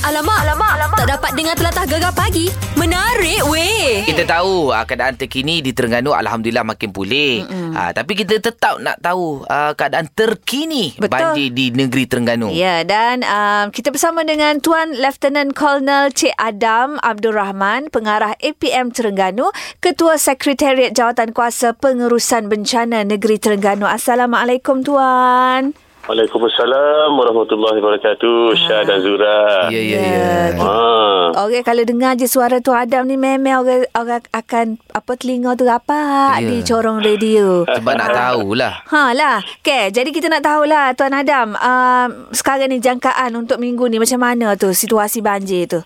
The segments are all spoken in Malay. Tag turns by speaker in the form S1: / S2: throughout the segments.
S1: Alamak, alamak, alamak. Tak dapat dengar telatah gegar pagi. Menarik weh.
S2: Kita tahu ah, keadaan terkini di Terengganu alhamdulillah makin pulih. Ah, tapi kita tetap nak tahu ah, keadaan terkini
S3: Betul.
S2: banjir di negeri Terengganu.
S3: Ya, dan um, kita bersama dengan Tuan Lieutenant Colonel Cik Adam Abdul Rahman, pengarah APM Terengganu, Ketua Sekretariat Jawatan Kuasa Pengurusan Bencana Negeri Terengganu. Assalamualaikum Tuan.
S4: Waalaikumsalam warahmatullahi wabarakatuh. Syah dan Zura.
S2: ya, ya. ya.
S4: Ah.
S3: Orang kalau dengar je suara Tuan Adam ni memang orang, orang akan apa telinga tu rapat
S2: Ya. Ah,
S3: yeah. di corong radio.
S2: Sebab nak tahulah.
S3: Ha lah. Okay, jadi kita nak tahulah Tuan Adam, um, sekarang ni jangkaan untuk minggu ni macam mana tu situasi banjir tu?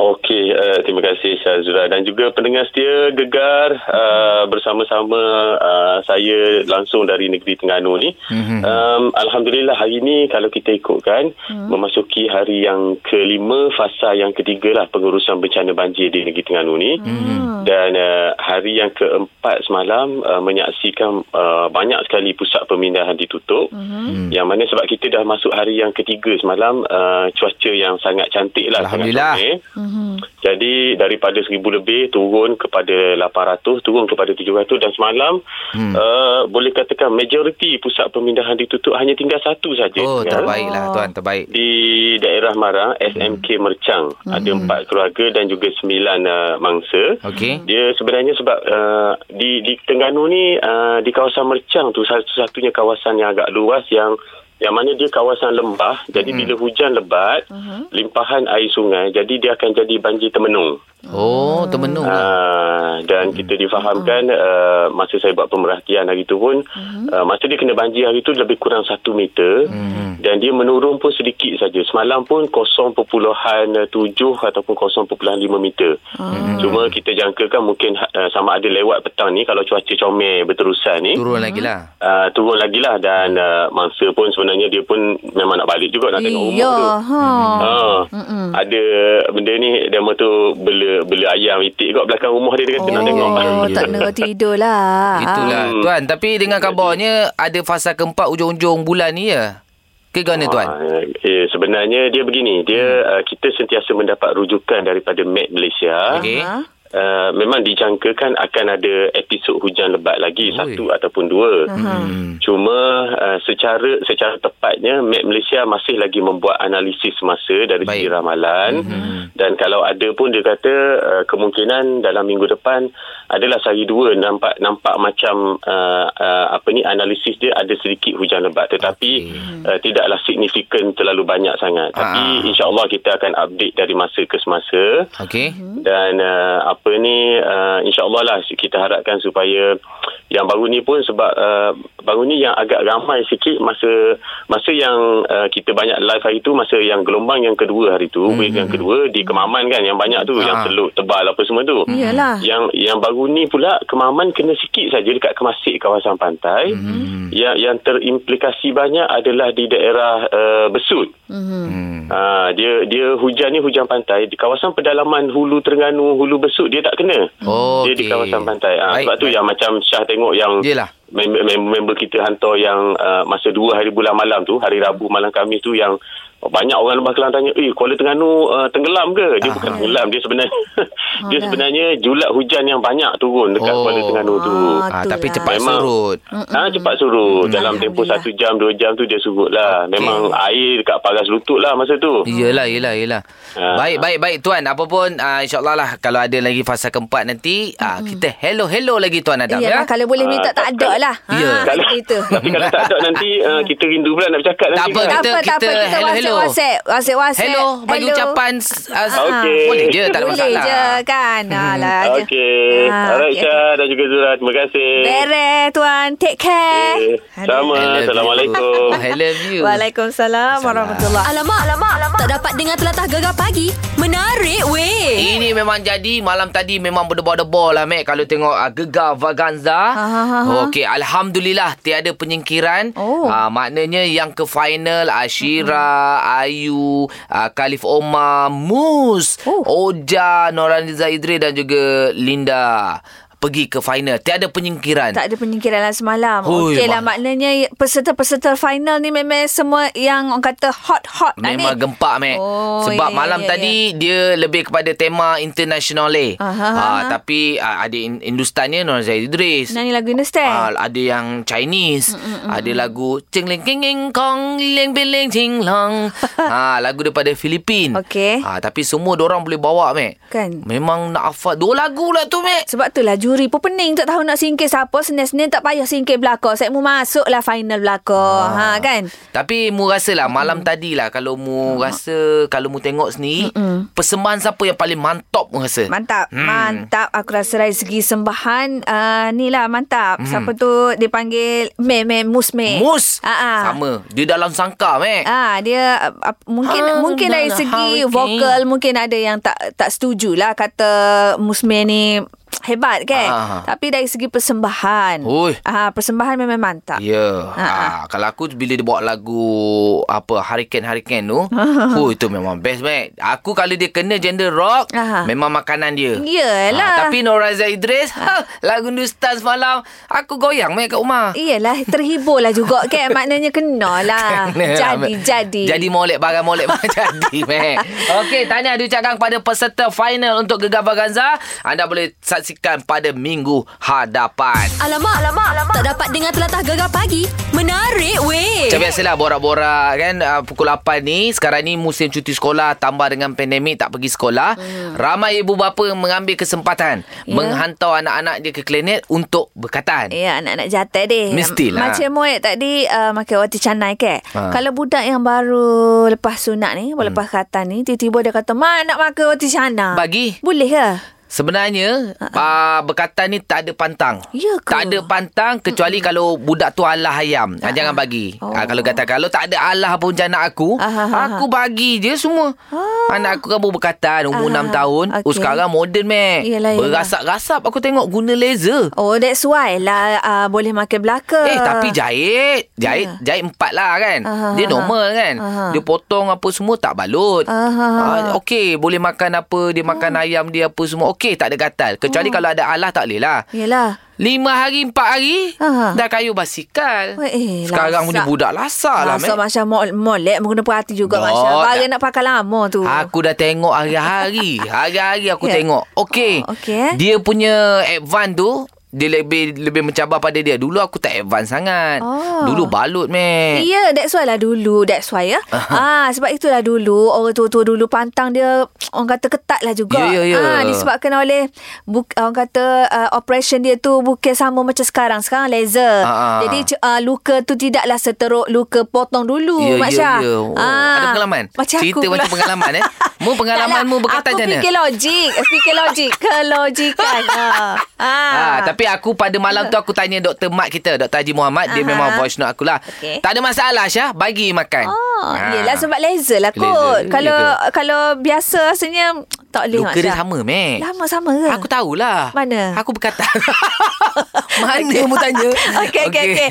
S4: Okey, uh, terima kasih Syah Zura dan juga pendengar setia Gegar uh, bersama-sama uh, saya langsung dari negeri Terengganu ni.
S2: Mhm.
S4: Um, Alhamdulillah hari ini kalau kita ikutkan
S2: Hmm.
S4: memasuki hari yang kelima fasa yang ketiga lah pengurusan bencana banjir di negeri Terengganu ni.
S2: Hmm.
S4: Dan uh, hari yang keempat semalam uh, menyaksikan uh, banyak sekali pusat pemindahan ditutup.
S2: Hmm.
S4: Hmm. Yang mana sebab kita dah masuk hari yang ketiga semalam uh, cuaca yang sangat cantik lah. sangat
S2: Alhamdulillah.
S4: cerah. Jadi daripada 1000 lebih turun kepada 800, turun kepada 700 dan semalam hmm. uh, boleh katakan majoriti pusat pemindahan ditutup hanya tinggal satu saja.
S2: Oh, Hmm.
S4: tinggal
S2: terbaiklah tuan, terbaik.
S4: di daerah Marang SMK Mercang
S2: Hmm.
S4: ada empat keluarga dan juga sembilan uh, mangsa.
S2: Okey.
S4: Dia sebenarnya sebab uh, di di Terengganu ni uh, di kawasan Mercang tu satu-satunya kawasan yang agak luas yang yang mana dia kawasan lembah.
S2: Hmm.
S4: Jadi bila hujan lebat, limpahan air sungai jadi dia akan jadi banjir temenung.
S2: Oh, termenung lah.
S4: Ah, dan kita difahamkan uh, masa saya buat pemerhatian hari tu pun uh, masa dia kena banjir hari tu lebih kurang satu meter dan dia menurun pun sedikit saja semalam pun 0.7 ataupun 0.5 meter cuma kita jangkakan mungkin uh, sama ada lewat petang ni kalau cuaca comel berterusan ni
S2: Turun lagi lah.
S4: Uh, turun lagi lah dan uh, mangsa pun sebenarnya dia pun memang nak balik juga nak tengok rumah
S3: Iya,
S4: tu
S3: ha.
S4: Ah, ada benda ni demo tu bela bela ayam itik kat belakang rumah dia dia kata nak tengok.
S3: Oh, tak nak tidur lah.
S2: Itulah
S4: Ah.
S2: tuan, tapi dengan kabarnya ada fasa keempat ujung-ujung bulan ni ya. Ke mana tuan?
S4: Ah, eh, sebenarnya dia begini, dia uh, kita sentiasa mendapat rujukan daripada Met Malaysia.
S2: Okey.
S3: Ha?
S4: Uh, memang dijangkakan akan ada episod hujan lebat lagi
S2: Oi.
S4: satu ataupun dua.
S2: Hmm.
S4: Cuma uh, secara secara tepatnya Met Malaysia masih lagi membuat analisis masa dari
S2: Baik. Hmm.
S4: segi ramalan dan kalau ada pun dia kata uh, kemungkinan dalam minggu depan adalah sehari dua nampak nampak macam uh, uh, apa ni analisis dia ada sedikit hujan lebat tetapi okay. uh, tidaklah signifikan terlalu banyak sangat.
S2: Ah.
S4: Tapi insyaallah kita akan update dari masa ke semasa
S2: Okey.
S3: Hmm.
S4: dan uh, apa ni uh, insyaallah lah kita harapkan supaya yang baru ni pun sebab uh, baru ni yang agak ramai sikit masa masa yang uh, kita banyak live hari tu masa yang gelombang yang kedua hari tu mm-hmm. wave yang kedua di Kemaman kan yang banyak tu
S2: Ah.
S4: yang teluk tebal apa semua tu
S3: Yalah.
S4: yang yang baru ni pula Kemaman kena sikit saja dekat Kemasik kawasan pantai mm-hmm. yang yang terimplikasi banyak adalah di daerah uh, Besut
S3: Mhm.
S2: Hmm.
S4: Ha, dia dia hujan ni hujan pantai di kawasan pedalaman hulu Terengganu hulu Besut dia tak kena.
S2: Oh,
S4: Dia di
S2: okey.
S4: kawasan pantai. Ha,
S2: Baik,
S4: sebab tu
S2: baik.
S4: yang macam Syah tengok yang
S2: Yelah.
S4: member, member, member kita hantar yang uh, masa dua hari bulan malam tu hari Rabu malam Khamis tu yang banyak orang Lembah Kelang tanya, "Eh, Kuala Terengganu uh, tenggelam ke?"
S2: Ah.
S4: Dia bukan tenggelam, dia sebenarnya
S3: dah.
S4: dia sebenarnya julat hujan yang banyak turun dekat
S2: Oh.
S4: Kuala Terengganu tu.
S3: Ah,
S2: Ah,
S3: tu
S2: tapi
S3: lah.
S2: cepat
S4: Memang.
S2: surut.
S4: Ah cepat surut dalam tempoh
S3: Alhamdulillah.
S4: satu jam dua jam tu dia surut lah. Memang air dekat paras lutut lah masa tu.
S2: Iyalah, iyalah, iyalah.
S4: Ah.
S2: Baik, baik, baik tuan. Apa pun uh, insyaAllah lah kalau ada lagi fasa keempat nanti, uh, kita hello-hello lagi tuan Adam
S3: Yalah,
S2: ya.
S3: kalau boleh minta tak
S4: Ah,
S3: ada lah.
S2: Ya.
S3: Ha,
S4: Kalau-
S3: itu.
S4: Tapi kalau tak ada nanti uh, kita rindu pula nak bercakap
S2: Tak
S4: nanti.
S2: apa,
S4: kan?
S3: Tak
S2: Kita-
S3: apa, tak apa.
S2: kita
S3: Kita
S2: hello, hello.
S3: WhatsApp, WhatsApp, WhatsApp.
S2: hello, bagi ucapan uh,
S4: Okey.
S2: boleh je, tak ada
S3: Boleh
S2: masalah. Mhm.
S3: je kan. Alah. je.
S4: Okey.
S3: Ah,
S4: Alright
S3: okey.
S4: Syah dan juga Zura. Terima kasih.
S3: Beres, Tuan. Take care.
S4: Okey.
S2: I
S4: Sama.
S2: love you.
S4: Assalamualaikum.
S2: I love you.
S3: Waalaikumsalam warahmatullahi
S1: Alamak, alamak, alamak. Tak dapat dengar telatah gegar pagi. Menarik weh.
S2: Ini memang jadi malam tadi memang berdebar-debar lah Mac kalau tengok uh, gegar Vaganza.
S3: ha, ha.
S2: Okey alhamdulillah tiada penyingkiran.
S3: Oh.
S2: Ah, maknanya yang ke final Ashira, Ayu, uh, Khalif Omar, Mus,
S3: Oh.
S2: Oja, Noraniza Idri dan juga Linda. pergi ke final. Tiada penyingkiran.
S3: Tak ada penyingkiran lah semalam.
S2: Hui,
S3: Okey lah
S2: mak-
S3: maknanya peserta-peserta final ni memang semua yang orang kata hot-hot lah
S2: Memang
S3: ni.
S2: gempak, Mac.
S3: Oh,
S2: Sebab
S3: ya, ya,
S2: malam
S3: ya, Ha,
S2: tadi dia lebih kepada tema international eh.
S3: Aha.
S2: Ah, tapi ah, ada in- Hindustannya Nur Zahid Idris.
S3: Nyanyi lagu Understand.
S2: Ah, ada yang Chinese,
S3: Mm,
S2: ada lagu Ching Ling King Ing Kong Ling Biling Ching Long. ah, lagu daripada Filipin.
S3: Okey.
S2: Ah, tapi semua orang boleh bawa, Mac.
S3: Kan.
S2: Memang nak hafal dua lagu lah tu, Mac.
S3: Sebab tu lah juri pun pening tak tahu nak singkir siapa. Senin-senin tak payah singkir belakang. Saya mu masuk lah final belakang. Ha.
S2: Ah.
S3: ha kan? Ah.
S2: Tapi mu rasa lah malam tadi lah kalau mu rasa kalau mu tengok sendiri persembahan siapa yang paling mantap mu rasa?
S3: Mantap. Hmm. Mantap. Aku rasa dari segi sembahan uh, ni lah mantap. Hmm. Siapa tu dipanggil Meh Meh Musme.
S2: Mus.
S3: Ah, ah.
S2: Sama. Dia dalam sangka, Mac.
S3: Ah dia uh, ap- mungkin
S2: Ah,
S3: mungkin dari
S2: nah,
S3: segi
S2: hurricane.
S3: vokal mungkin ada yang tak tak setuju lah kata Musme ni hebat kan.
S2: Ah.
S3: Tapi dari segi persembahan.
S2: Ui.
S3: Ah persembahan memang mantap.
S2: Ya.
S3: Ah, ah.
S2: Ah, kalau aku bila dia bawa lagu apa Hurricane Hurricane tu, oh itu memang best Mac. Aku kalau dia kena genre rock,
S3: Ah.
S2: memang makanan dia.
S3: Yelah.
S2: Ah, tapi Noraza Idris,
S3: Ah.
S2: ha, lagu Hindustan semalam, aku goyang Mac kat rumah.
S3: Iyalah terhibur lah juga kan Maknanya kena lah
S2: Kena lah,
S3: Jadi
S2: Mat.
S3: jadi
S2: Jadi molek barang molek barang jadi meh. Okey, tahniah diucapkan kepada peserta final untuk Gegar Baganza. Anda boleh saksikan pada minggu hadapan.
S1: Alamak, alamak, alamak. Tak dapat dengar telatah gegar pagi. Menarik weh.
S3: Eh, ya.
S2: Macam biasalah borak-borak kan uh, pukul 8 ni sekarang ni musim cuti sekolah tambah dengan pandemik tak pergi sekolah hmm. ramai ibu bapa mengambil
S3: Ya.
S2: kesempatan yeah. menghantar anak-anak dia ke klinik untuk berkatan.
S3: Ya anak-anak jatah deh
S2: Mestilah.
S3: Macam muat tadi uh, Makan roti canai ke
S2: Ha.
S3: Kalau budak yang baru Lepas sunat ni hmm. Lepas khatan ni Tiba-tiba dia kata Mak nak makan roti canai
S2: Bagi
S3: Boleh ke?
S2: Sebenarnya uh, berkatan ni tak ada pantang.
S3: Ya ke?
S2: Tak ada pantang kecuali Mm-mm. kalau budak tu alah ayam. uh Jangan bagi.
S3: Oh.
S2: Oh. kalau kata kalau tak ada alah pun jana aku,
S3: Ah, ah, ah,
S2: aku bagi je semua.
S3: Oh.
S2: Anak aku kan baru berkatan umur
S3: Ah,
S2: enam 6 tahun.
S3: okey.
S2: Oh sekarang moden meh.
S3: Yelah, yelah.
S2: Berasap-rasap aku tengok guna laser.
S3: Oh that's why lah uh, Boleh makan belaka
S2: Eh tapi jahit Jahit
S3: Ya.
S2: Jahit empat lah kan
S3: Ah. Aha,
S2: Dia
S3: aha.
S2: normal kan
S3: Aha.
S2: Dia potong apa semua Tak balut
S3: Aha. Ah.
S2: Ah, Okey boleh makan apa Dia makan ayam dia apa semua Okey tak ada gatal Kecuali kalau ada alah tak boleh lah
S3: Yelah
S2: Lima hari, empat hari
S3: Aha.
S2: Dah kayu basikal
S3: Wah, eh,
S2: Sekarang
S3: lasak.
S2: punya budak lasak lah
S3: Masa
S2: Mac.
S3: Masya mol- molek Mengena perhati juga
S2: Dok,
S3: Masya Barang
S2: tak-
S3: nak pakai lama tu
S2: Aku dah tengok hari-hari Hari-hari
S3: Ya.
S2: aku yeah. tengok Okey
S3: Oh, okey, eh.
S2: Dia punya advance tu dia lebih lebih mencabar pada dia. Dulu aku tak advance sangat.
S3: Oh.
S2: Dulu balut, meh.
S3: Ya, yeah, that's why lah dulu. That's why ya. Ah, sebab itulah dulu orang tua-tua dulu pantang dia orang kata ketat lah juga.
S2: Ya, ya, ya.
S3: Ah, disebabkan oleh bu, orang kata uh, operation dia tu bukan sama macam sekarang. Sekarang laser.
S2: Ah, ah.
S3: Jadi c- uh, luka tu tidaklah seteruk luka potong dulu,
S2: Ya,
S3: Mak
S2: ya,
S3: Syah. Ah,
S2: ya. Oh, ada pengalaman?
S3: Macam
S2: Cerita
S3: aku
S2: macam
S3: pula.
S2: pengalaman, eh? Mu
S3: Taklah,
S2: pengalaman mu
S3: Aku
S2: berkaitan macam mana?
S3: fikir lah. logik. Fikir logik. Kelogikan. Ah. Ah.
S2: Ah, tapi aku pada malam tu aku tanya doktor mak kita, Dr. Haji Muhammad, dia
S3: Aha.
S2: memang voice note akulah.
S3: Okey.
S2: Tak ada masalah Syah, bagi makan.
S3: Oh,
S2: Ah.
S3: yelah sebab laser lah kot.
S2: Laser, ya
S3: kalau
S2: ke?
S3: kalau biasa rasanya tak boleh
S2: Luka
S3: Mak
S2: dia
S3: Syah.
S2: sama, meh.
S3: Lama sama ke?
S2: Aku tahulah.
S3: Mana?
S2: Aku berkata. Mana mu tanya?
S3: Okey, okey, okey.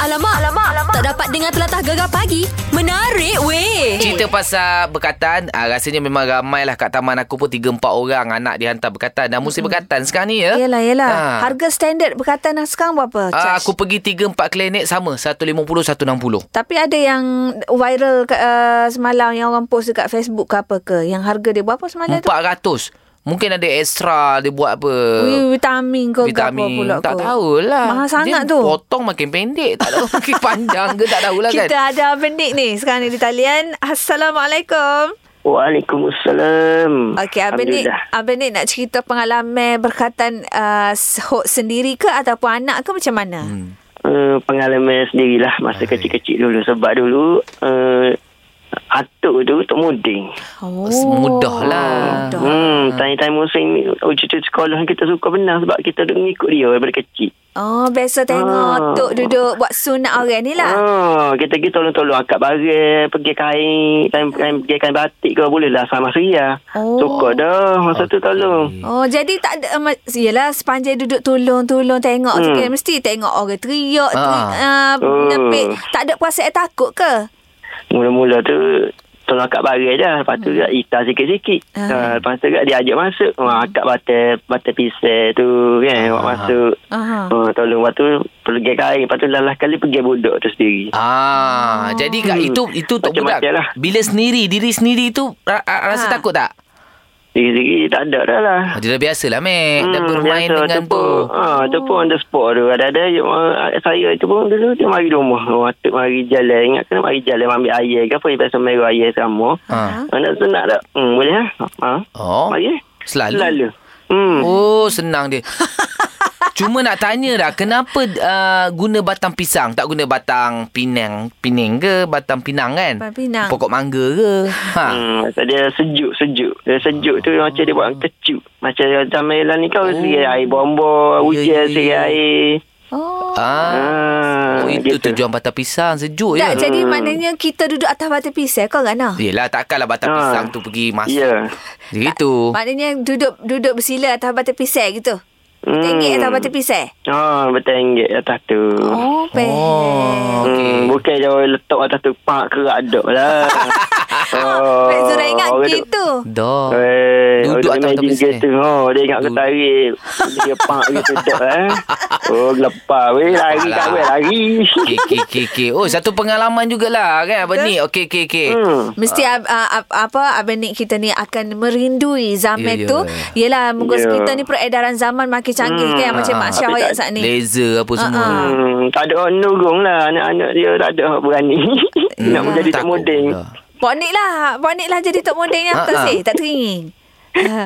S1: Alamak, alamak, alamak. Tak dapat dengar telatah gegar pagi. Menarik weh.
S2: Cerita pasal berkatan ah, Rasanya memang ramai lah Kat taman aku pun 3-4 orang Anak dihantar berkatan Dah musim berkatan sekarang ni ya
S3: Yelah, yelah.
S2: Ah.
S3: Harga standard berkatan lah sekarang berapa? Charge?
S2: Ah, aku pergi 3-4 klinik sama 150, 160
S3: Tapi ada yang viral ke, uh, semalam yang orang post dekat Facebook ke apa ke. Yang harga dia berapa semalam tu?
S2: 400 Mungkin ada ekstra Dia buat apa
S3: Ui, vitamin ke ke
S2: Vitamin
S3: apa pula
S2: Tak
S3: ke.
S2: tahulah
S3: Mahal sangat
S2: dia
S3: tu.
S2: potong makin pendek Tak tahu makin panjang ke Tak tahulah
S3: Kita
S2: kan
S3: ada Abang Nick ni sekarang ni di talian. Assalamualaikum.
S5: Waalaikumsalam.
S3: Okey, Abang Nick,
S5: Alhamdulillah.
S3: Abang Nick nak cerita pengalaman berkatan uh, hok sendiri ke ataupun anak ke macam mana? Hmm.
S5: Uh, pengalaman sendirilah masa kecil-kecil dulu. Sebab dulu uh, atuk tu Tok Muding.
S2: Hmm.
S3: Oh.
S2: Mudah lah.
S3: Mudah.
S5: Hmm, time-time musim ni, uji tu sekolah kita suka benar sebab kita duk mengikut dia daripada kecil.
S3: Oh, biasa tengok
S5: Ah.
S3: Tok duduk buat sunat orang ni lah.
S5: Ah, kita pergi tolong-tolong akak barang, pergi kain, time, time pergi kain batik ke boleh lah sama Ria.
S3: Oh.
S5: Suka dah masa tu tolong.
S3: Oh, jadi tak ada... Um, yelah, sepanjang duduk tolong-tolong tengok hmm. tu
S5: Hmm.
S3: kan. Mesti tengok orang teriak, ah.
S2: Ah.
S3: teri, uh,
S5: Oh.
S3: nepek. Tak ada puasa takut ke?
S5: Mula-mula tu
S4: tolong akak barai je. Lepas tu hmm. itar sikit-sikit.
S3: Ah. Hmm.
S4: Uh, lepas tu dia ajak masuk. Wah, akak batal, batal pisau tu kan. Awak masuk.
S3: Aha.
S4: Uh, tolong lepas tu pergi kain. Lepas tu lalah kali pergi budak tu sendiri.
S3: Oh.
S2: Ah, jadi kat
S4: Hmm.
S2: itu itu untuk budak.
S4: Macam-macam lah.
S2: Bila sendiri, diri sendiri itu ra- ra-
S3: Ha.
S2: rasa takut tak?
S4: Sendiri-sendiri tak ada dah lah.
S2: Oh, dia dah biasalah, Mek. dah bermain
S4: Hmm, biasa,
S2: dengan
S4: pun,
S2: tu.
S4: Ah, tu pun on the spot tu. Ada-ada yang, ah, saya tu pun dulu dia mari rumah. Oh, atuk mari jalan. Ingat kena mari jalan ambil air ke apa. Dia biasa mari air sama.
S2: Ha.
S4: Ah, nak senang tak? Hmm, boleh ha? ha?
S2: Oh.
S4: Mari.
S2: Selalu.
S4: Selalu. Hmm.
S2: Oh, senang dia. Cuma nak tanya dah, kenapa uh, guna batang pisang? Tak guna batang pinang, pining ke batang pinang kan?
S3: Batang pinang.
S2: Pokok mangga ke? Ha.
S4: Hmm, kata dia sejuk, sejuk. Dia sejuk tu macam dia buat kecuk. Macam zaman lah ni kau
S2: Oh.
S4: oh. seri air bomba,
S2: Ya, ya,
S4: hujan
S2: ya.
S4: yeah, seri air.
S3: Oh.
S2: Ah.
S4: Ah,
S2: Oh, itu tujuan batang pisang sejuk
S3: Tak,
S2: ya.
S3: jadi maknanya kita duduk atas batang pisau kau kan Ana?
S2: Yelah takkanlah batang
S4: Ah.
S2: pisang tu pergi masuk.
S4: Ya.
S2: Begitu.
S3: Maknanya duduk duduk bersila atas batang pisau gitu.
S4: Hmm.
S3: Tenggek atas batang pisau.
S4: Ah, bertenggek atas tu.
S3: Oh, pe.
S2: Oh, okey.
S4: Hmm, bukan jauh letak atas tu pak kerak dok lah.
S3: Oh, Pak Zura ingat
S4: orang duk-
S3: gitu.
S2: Dah.
S4: Eh,
S2: Duduk
S4: duduk
S2: atas
S4: atas
S2: tepi sini.
S4: gitu. Oh, dia ingat aku
S2: Duduk.
S4: tarik. Dia pak gitu dok eh. Oh, gelepar weh lari
S2: Alah.
S4: kat weh lari.
S2: lah. Okey, okey, okey, okey. Oh, satu pengalaman jugalah kan Abang Nik. Okey, okey, okey.
S4: Hmm.
S3: Mesti ab, ab, apa Abang Nik kita ni akan merindui zaman
S2: Ya, ya.
S3: tu. Yelah, mungkin
S4: Ya.
S3: kita ni peredaran zaman makin canggih kan macam
S2: Ah,
S3: Mak Syah
S4: tapi
S3: Hoyat
S4: tak-
S3: saat ni. Ah,
S2: Laser apa semua.
S4: Hmm, tak ada orang nurung lah anak-anak dia tak ada orang berani. Nak menjadi tak
S2: Hmm, Takut
S4: modeng.
S2: dah.
S3: Pok Nik lah. Pok Nik lah jadi Tok Modeng yang
S2: Ah,
S3: betul
S2: ah.
S3: sih. Tak teringin.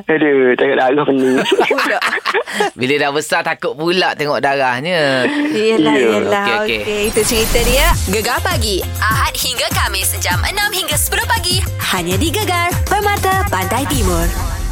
S4: Aduh, tak ada darah pening.
S3: Pulak.
S2: Bila dah besar takut pula tengok darahnya.
S3: Yelah,
S4: Ya.
S3: yelah.
S2: Okey,
S3: Okey,
S2: okey.
S3: itu cerita dia.
S6: Gegar pagi Ahad hingga Kamis jam 6 hingga 10 pagi hanya di Gegar Permata Pantai Timur.